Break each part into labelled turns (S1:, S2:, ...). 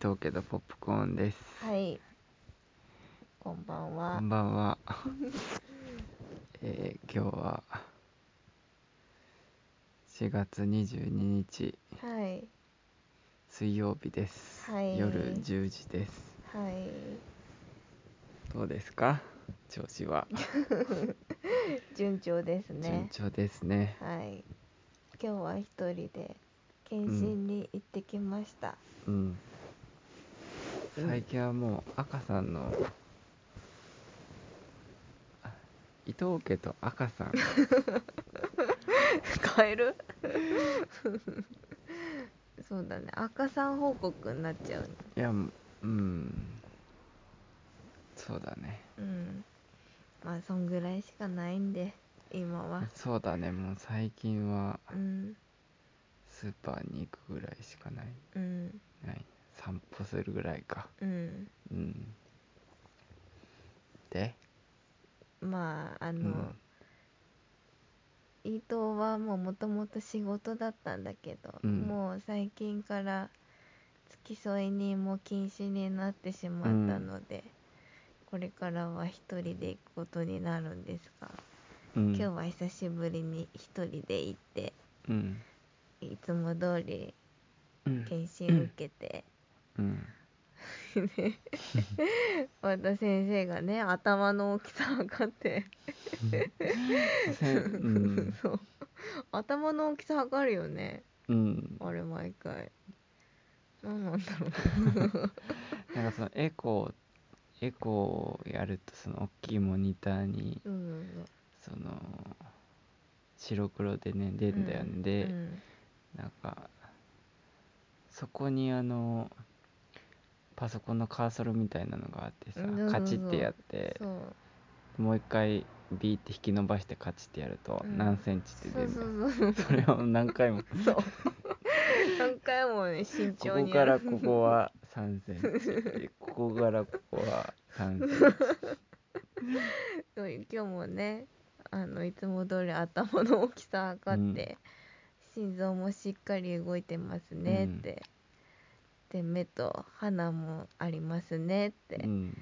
S1: 東京都ポップコーンです。
S2: はい。こんばん
S1: こ
S2: は
S1: ん。ばんは。えー今日は4月22日
S2: はい。
S1: 水曜日です。
S2: はい
S1: 夜10時です。
S2: はい。
S1: どうですか？調子は
S2: 順調です
S1: 順
S2: ね。
S1: 調ですね。
S2: はい。今日は一人で検診に行ってきました。
S1: うん。
S2: うん
S1: 最近はもう赤さんのあ伊藤家と赤さん
S2: 使 えるそうだね。赤さん報告になっちゃうね。
S1: いやうんそうだね。
S2: うん。まあ、そんぐらいしかないんで、今は。
S1: そうだねもう最近は
S2: うん。
S1: スーパーに行くぐらいしかない
S2: うん。
S1: ない散歩するぐらいか
S2: うん。
S1: うんで
S2: まあ、あ
S1: う
S2: の、
S1: ん
S2: 伊藤はもうもともと仕事だったんだけど、
S1: うん
S2: もう最近から付き添いにも禁止になってしまったので、これからは一人で行くことになるんですが、
S1: うん
S2: 今日は久しぶりに一人で行って
S1: うん
S2: いつも通り
S1: うん
S2: 検診受けて、
S1: うん
S2: また先生がね頭の大きさ測って、
S1: せんうん、
S2: そう頭の大きさ測るよね
S1: うん、
S2: あれ毎回何なんだろ う
S1: なんかそのエコーエコーをやるとその大きいモニターに
S2: うんうんうん
S1: その白黒でね出るんだよね、で、
S2: うん
S1: なんかそこにあのパソコンのカーソルみたいなのがあってさ
S2: うんそうそ
S1: カ
S2: う
S1: チッてやって
S2: そう
S1: もう一回ビーって引き伸ばしてカチッてやると
S2: うん
S1: 何センチって
S2: そ
S1: 出
S2: う
S1: るみたいな、
S2: そうそう
S1: それを何回もこ
S2: そう何回もね慎重
S1: こ
S2: に
S1: か
S2: や
S1: ら
S2: る
S1: ここは3セン チここからここは3センチ
S2: そう今日もねあのいつも通り頭の大きさ測って、心臓もしっかり動いてますねって、で目と鼻もありますねって、
S1: うん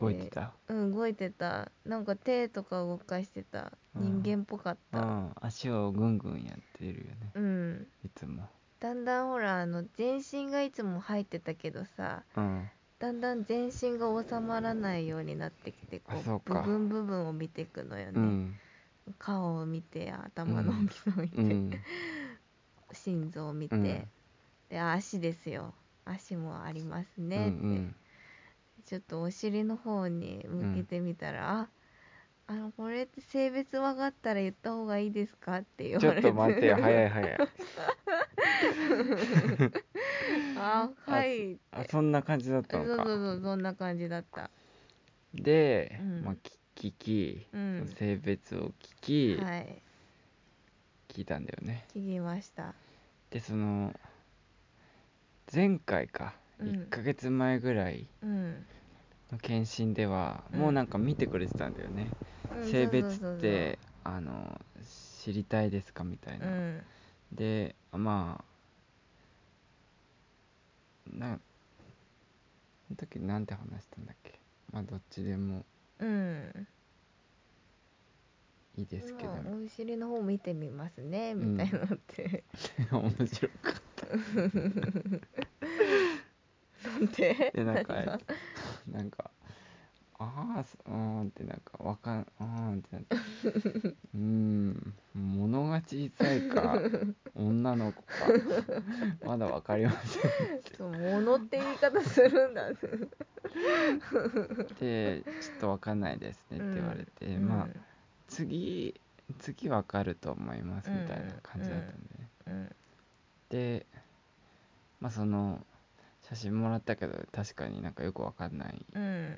S1: 動いてた、
S2: うん、動いてたなんか手とか動かしてた
S1: うん
S2: 人間っぽかっ
S1: う
S2: た
S1: ん足をぐんぐんやってるよね
S2: うん
S1: いつも
S2: だんだんほらあの全身がいつも入ってたけどさ
S1: うん
S2: だんだん全身が収まらないようになってきてこ
S1: あそう
S2: う
S1: か
S2: 部分部分を見ていくのよ
S1: う
S2: ね、
S1: ん
S2: 顔を見て頭の大きさを見て、
S1: うん
S2: 心臓を見て、
S1: うん
S2: で足ですよ足もあります
S1: うんう
S2: ねって、
S1: ん
S2: ちょっとお尻の方に向けてみたら、ああのこれって性別分かったら言った方がいいですかって言
S1: ちょ
S2: わ
S1: っ
S2: れ
S1: と
S2: て
S1: 待ってよ早い早い
S2: あはい
S1: あそんな感じだっ
S2: そ
S1: たの
S2: うそう
S1: か
S2: そうそんな感じだった
S1: で、
S2: うん
S1: まあ、き聞き、
S2: うん
S1: 性別を聞き、
S2: はい
S1: 聞いたんだよね
S2: 聞きました
S1: でその前回か、
S2: うん
S1: 1ヶ月前ぐらい
S2: うん、
S1: の検診では、
S2: うん
S1: もうなんか見てくれてたんだよね、
S2: うん
S1: 性別
S2: そ
S1: っ
S2: うそうそうそう
S1: てあの知りたいですかみたいうな、
S2: ん
S1: でまあなその時なんて話したんだっけまあどっちでも
S2: うん
S1: いいですけど、
S2: まあお尻の方見てみますねみたいなのって、
S1: 面白かっ
S2: なんで
S1: たでなんか
S2: 何が
S1: なんか「ああうーん」ってなんかわかんうーんってなってうーん物が小さいか女の子かまだわかりません
S2: そう物って言い方するんだね
S1: でちょっとわかんないですねって言われて、まあ次次わかると思いますみたいな感じだったんで、ね
S2: あうん
S1: でまあその写真もらったけど確かになんかよくわかんない
S2: うん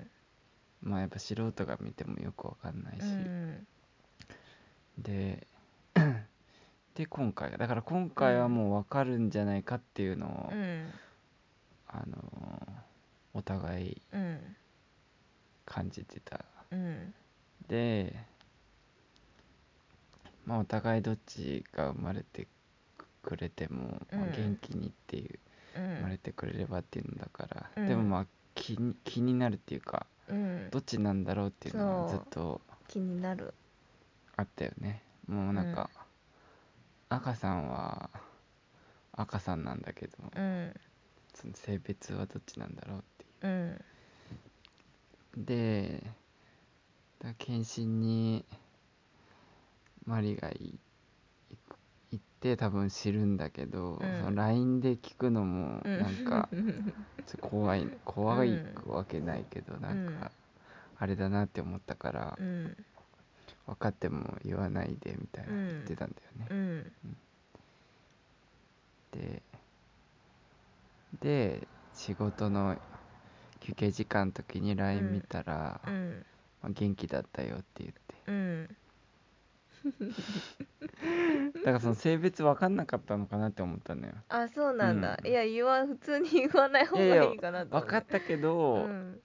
S1: まあやっぱ素人が見てもよくわかんないし、
S2: うん
S1: でで今回だから今回はもう分かるんじゃないかっていうのを、
S2: うん
S1: あのーお互い
S2: うん
S1: 感じてた
S2: うん
S1: でまあお互いどっちが生まれてくれても、まあ
S2: うん
S1: 元気にっていう
S2: う
S1: 生まれ
S2: ん
S1: てくれればっていうのだから、
S2: うん
S1: でもまあ気に気になるっていうか
S2: うん
S1: どっちなんだろうっていうのはず
S2: そ
S1: っ
S2: う
S1: と
S2: 気になる
S1: あったよねもうなんか、赤さんは赤さんなんだけど、
S2: うん
S1: その性別はどっちなんだろうっていう
S2: うん
S1: でだ検診にマリがい行く行って多分知るんだけど、
S2: うん
S1: その LINE で聞くのも
S2: うん
S1: なんかちょっと怖い怖い
S2: うん
S1: わけないけどなん
S2: うん
S1: かあれだなって思ったから
S2: うん
S1: 分かっても言わないでみたいな
S2: うん
S1: 言ってたんだよね。
S2: うん
S1: でで仕事の休憩時間の時に LINE 見たら、
S2: う
S1: ま
S2: ん
S1: あ、元気だったよって言って。
S2: うん
S1: だからその性別分かんなかったのかなって思ったのよ
S2: あそうなんだ、
S1: うん
S2: いや言わ普通に言わない方
S1: いやいや
S2: がいいかなと
S1: 分
S2: 思
S1: かったけど、
S2: うん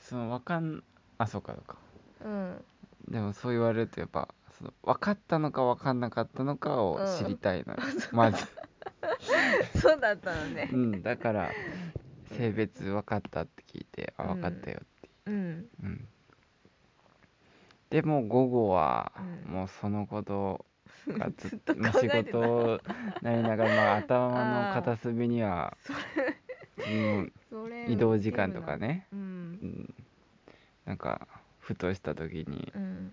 S1: その分かんあそうかそうか
S2: うん
S1: でもそう言われるとやっぱその分かったのか分かんなかったのかを知りたい のよ、まず、
S2: そうだったのね
S1: うん、だから性別分かったって聞いて、あ
S2: う
S1: 分
S2: ん
S1: かったよって、
S2: うん
S1: うん、でもう午後は
S2: うん
S1: もうそのことがずっ
S2: ず
S1: と
S2: っと
S1: まあ
S2: 考
S1: 仕
S2: えてた
S1: 事をなりながら、まあ、頭の
S2: あー
S1: 片隅には もう
S2: それ
S1: 移動時間とかね、
S2: う
S1: うんん、なんかふとした時に
S2: うん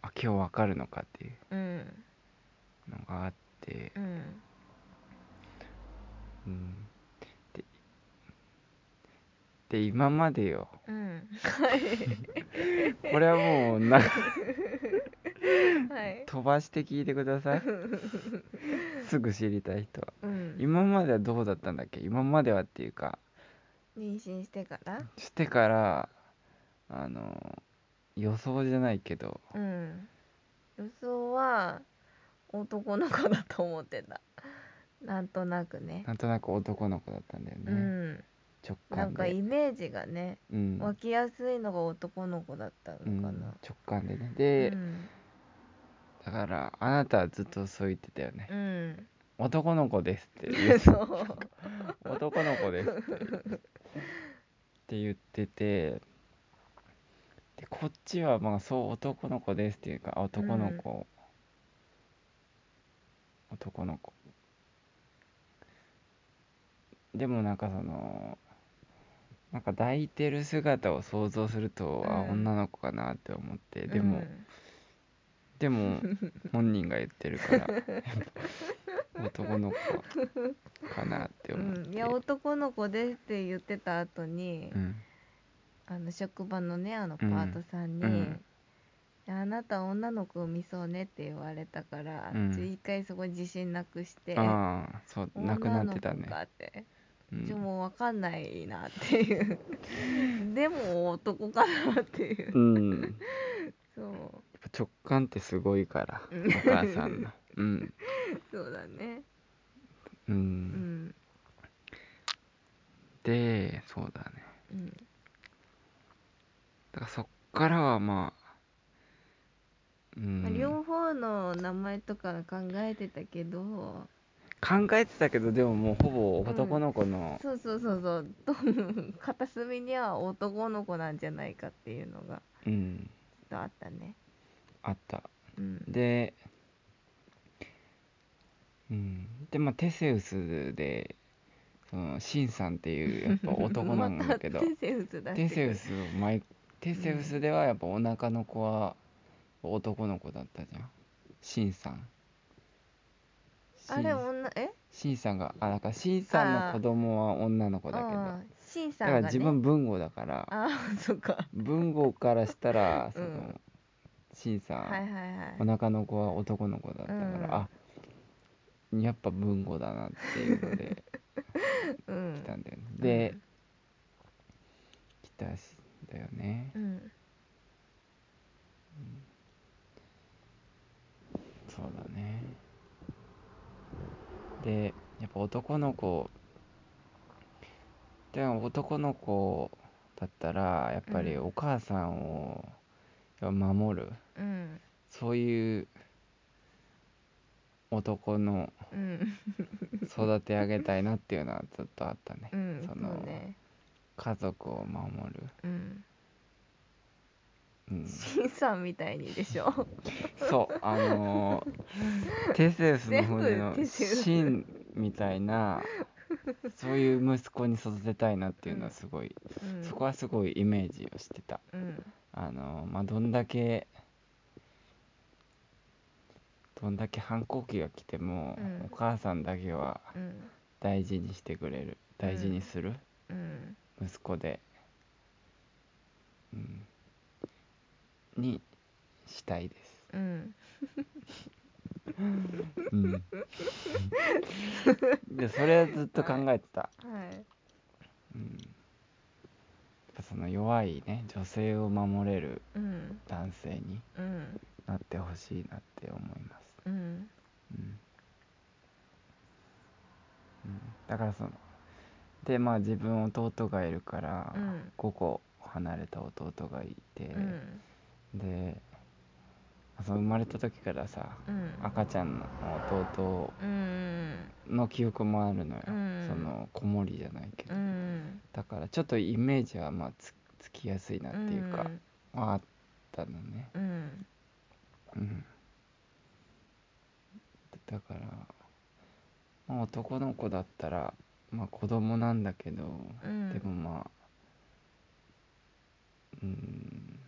S1: あ今日わかるのかっていう
S2: うん
S1: のがあって、
S2: うん
S1: うん、でで今までよ
S2: うん
S1: これはもうなんか
S2: はい
S1: 飛ばして聞いてくだ さいすぐ知りたい人は
S2: うん
S1: 今まではどうだったんだっけ今まではっていうか
S2: 妊娠してから
S1: してからあの予想じゃないけど
S2: うん予想は男の子だと思ってたなんとなくね
S1: なんとなく男の子だったんだよね、
S2: うん
S1: 直
S2: な
S1: 感
S2: ん
S1: で
S2: かイメージがね
S1: うん
S2: 湧きやすいのが男の子だったのか
S1: うん
S2: な、
S1: 直感でね
S2: う
S1: で、
S2: ん
S1: だからあなたはずっとそう言ってたよね
S2: う、ん、
S1: 男の子ですって 言う
S2: そう
S1: 男の子ですって言うって言っててでこっちはまあそう男の子ですっていうかあ男の子、男の子でもなんかそのなんか抱いてる姿を想像すると、あ
S2: うん
S1: 女の子かなって思って でも、でも本人が言ってるから男の子かなって
S2: う
S1: 思って、
S2: ん、うん、いや男の子ですって言ってた後に、
S1: うん
S2: あの職場のねあのパートさんに、
S1: うん
S2: あなた女の子を見そうね」って言われたから、
S1: うん
S2: ちょ一回そこ自信なくして
S1: ああそうなくなってた
S2: 女の
S1: ね
S2: 子、かって、
S1: うん
S2: ちょもう分かんないなって いうでも男かなってい
S1: う、
S2: う
S1: ん、やっ
S2: そ
S1: ぱ直感ってすごいから
S2: うん
S1: お母さんのうん
S2: う そうだね
S1: うん、
S2: うん
S1: でそうだね
S2: うん
S1: だからそっからはまあう
S2: まあ
S1: ん、
S2: 両方の名前とか考えてたけど
S1: 考えてたけどでももうほぼ男の子の、
S2: そうそうそうそうどう 片隅には男の子なんじゃないかっていうのが
S1: うん
S2: ちょっとあったね
S1: あった
S2: うん
S1: で、うん、でまあテセウスでそのシンさんっていうやっぱ男なんだけど
S2: またテセウスだ
S1: テセウスを毎テセウスではやっぱお腹の子は男の子だったじゃんシンさん
S2: あれ
S1: シン
S2: 女え
S1: シンさんがあだからシンさんの子供は女の子だけど
S2: ああシンさ
S1: だから
S2: んが、ね、
S1: 自分文豪だから
S2: ああそっか
S1: 文豪からしたらその、
S2: うん
S1: シンさん、
S2: はいはいはい
S1: お腹の子は男の子だったから、
S2: うん
S1: あやっぱ文豪だなっていうの で
S2: う
S1: 来た
S2: ん
S1: んだよね、
S2: ん
S1: で来たしだよね
S2: うん
S1: そうだねでやっぱ男の子でも男の子だったらやっぱり
S2: うん
S1: お母さんをやっぱ守る
S2: うん
S1: そういう男の
S2: うん
S1: 育て上げたいなっていうのはずっとあったね、
S2: うん
S1: そ
S2: そ
S1: の
S2: うね
S1: 家族を守る、
S2: うん
S1: うん、
S2: 金さんみたいにでし ょ
S1: そうあのー テセウスの船の
S2: 全部テセウス
S1: シンみたいなそういう息子に育てたいなっていうのはすごい、
S2: うん
S1: そこはすごいイメージをしてた
S2: うん
S1: あのーまあどんだけどんだけ反抗期が来ても、
S2: うん
S1: お母さんだけは
S2: うん
S1: 大事にしてくれる大事にする、
S2: うん
S1: 息子で、うん、にしたいです
S2: うん
S1: うん、でそれはずっと考えてた、
S2: はい
S1: うん、やっぱその弱いね女性を守れる
S2: うん
S1: 男性に
S2: うん
S1: なってほしいなって思います、
S2: うん
S1: うんうん、だからそのでまあ自分弟がいるから、
S2: うん
S1: 5個離れた弟がいて、
S2: うん
S1: でその生まれた時からさ、
S2: うん
S1: 赤ちゃんの弟を
S2: うん
S1: の記憶もあるのよ、
S2: うん
S1: その子守じゃないけど、
S2: うん
S1: だからちょっとイメージはまあつつきやすいなっていうか、はあったのね、
S2: うん
S1: うん、だから、まあ、男の子だったらまあ子供なんだけど、
S2: うん
S1: でもまあうん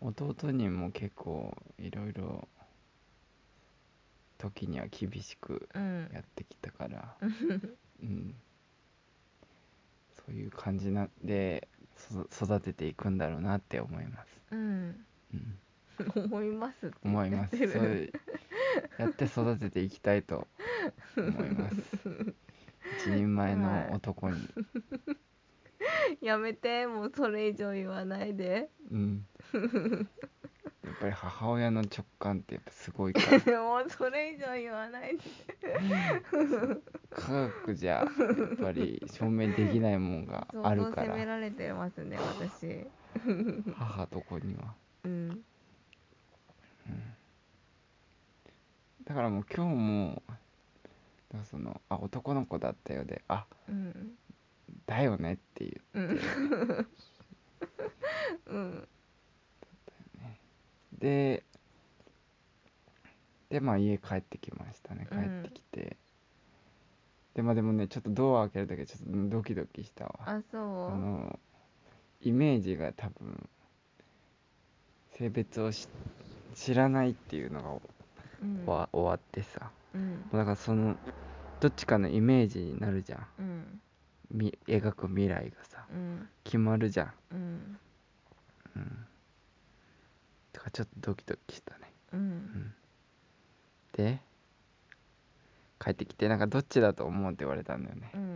S1: 弟にも結構いろいろ時には厳しく
S2: うん
S1: やってきたから、うん、そういう感じなでそ育てていくんだろうなって思います、
S2: うん
S1: うん、
S2: 思いますって言
S1: 思
S2: っ
S1: い
S2: ちゃ
S1: ま
S2: っ
S1: す
S2: て
S1: そう
S2: る
S1: いうやって育てていきたいと思います一人前の男に、
S2: やめてもうそれ以上言わないで
S1: うん、やっぱり母親の直感ってやっぱすごいから
S2: もうそれ以上言わないで
S1: 科学じゃやっぱり証明できないもんがあ
S2: 相
S1: る
S2: 当
S1: か
S2: 責め
S1: ら
S2: られてますね私
S1: 母と子には
S2: うん
S1: だからもう今日もだからそのあ男の子だったよであ
S2: うん
S1: だよねっていう
S2: うんうん
S1: ででまあ家帰ってきましたね帰
S2: うん
S1: ってきて、でまあでもねちょっとドア開けるだけでちょっとドキドキしたわ
S2: あそう
S1: あのイメージが多分性別をし知らないっていうの
S2: うん
S1: がわ終わってさ
S2: うん
S1: だからそのどっちかのイメージになるじゃん
S2: うん
S1: み描く未来がさ
S2: うん
S1: 決まるじゃん
S2: うん
S1: うんだからちょっとドキドキしたね
S2: うん
S1: で帰ってきてなんかどっちだと思うって言われたんだよね
S2: うん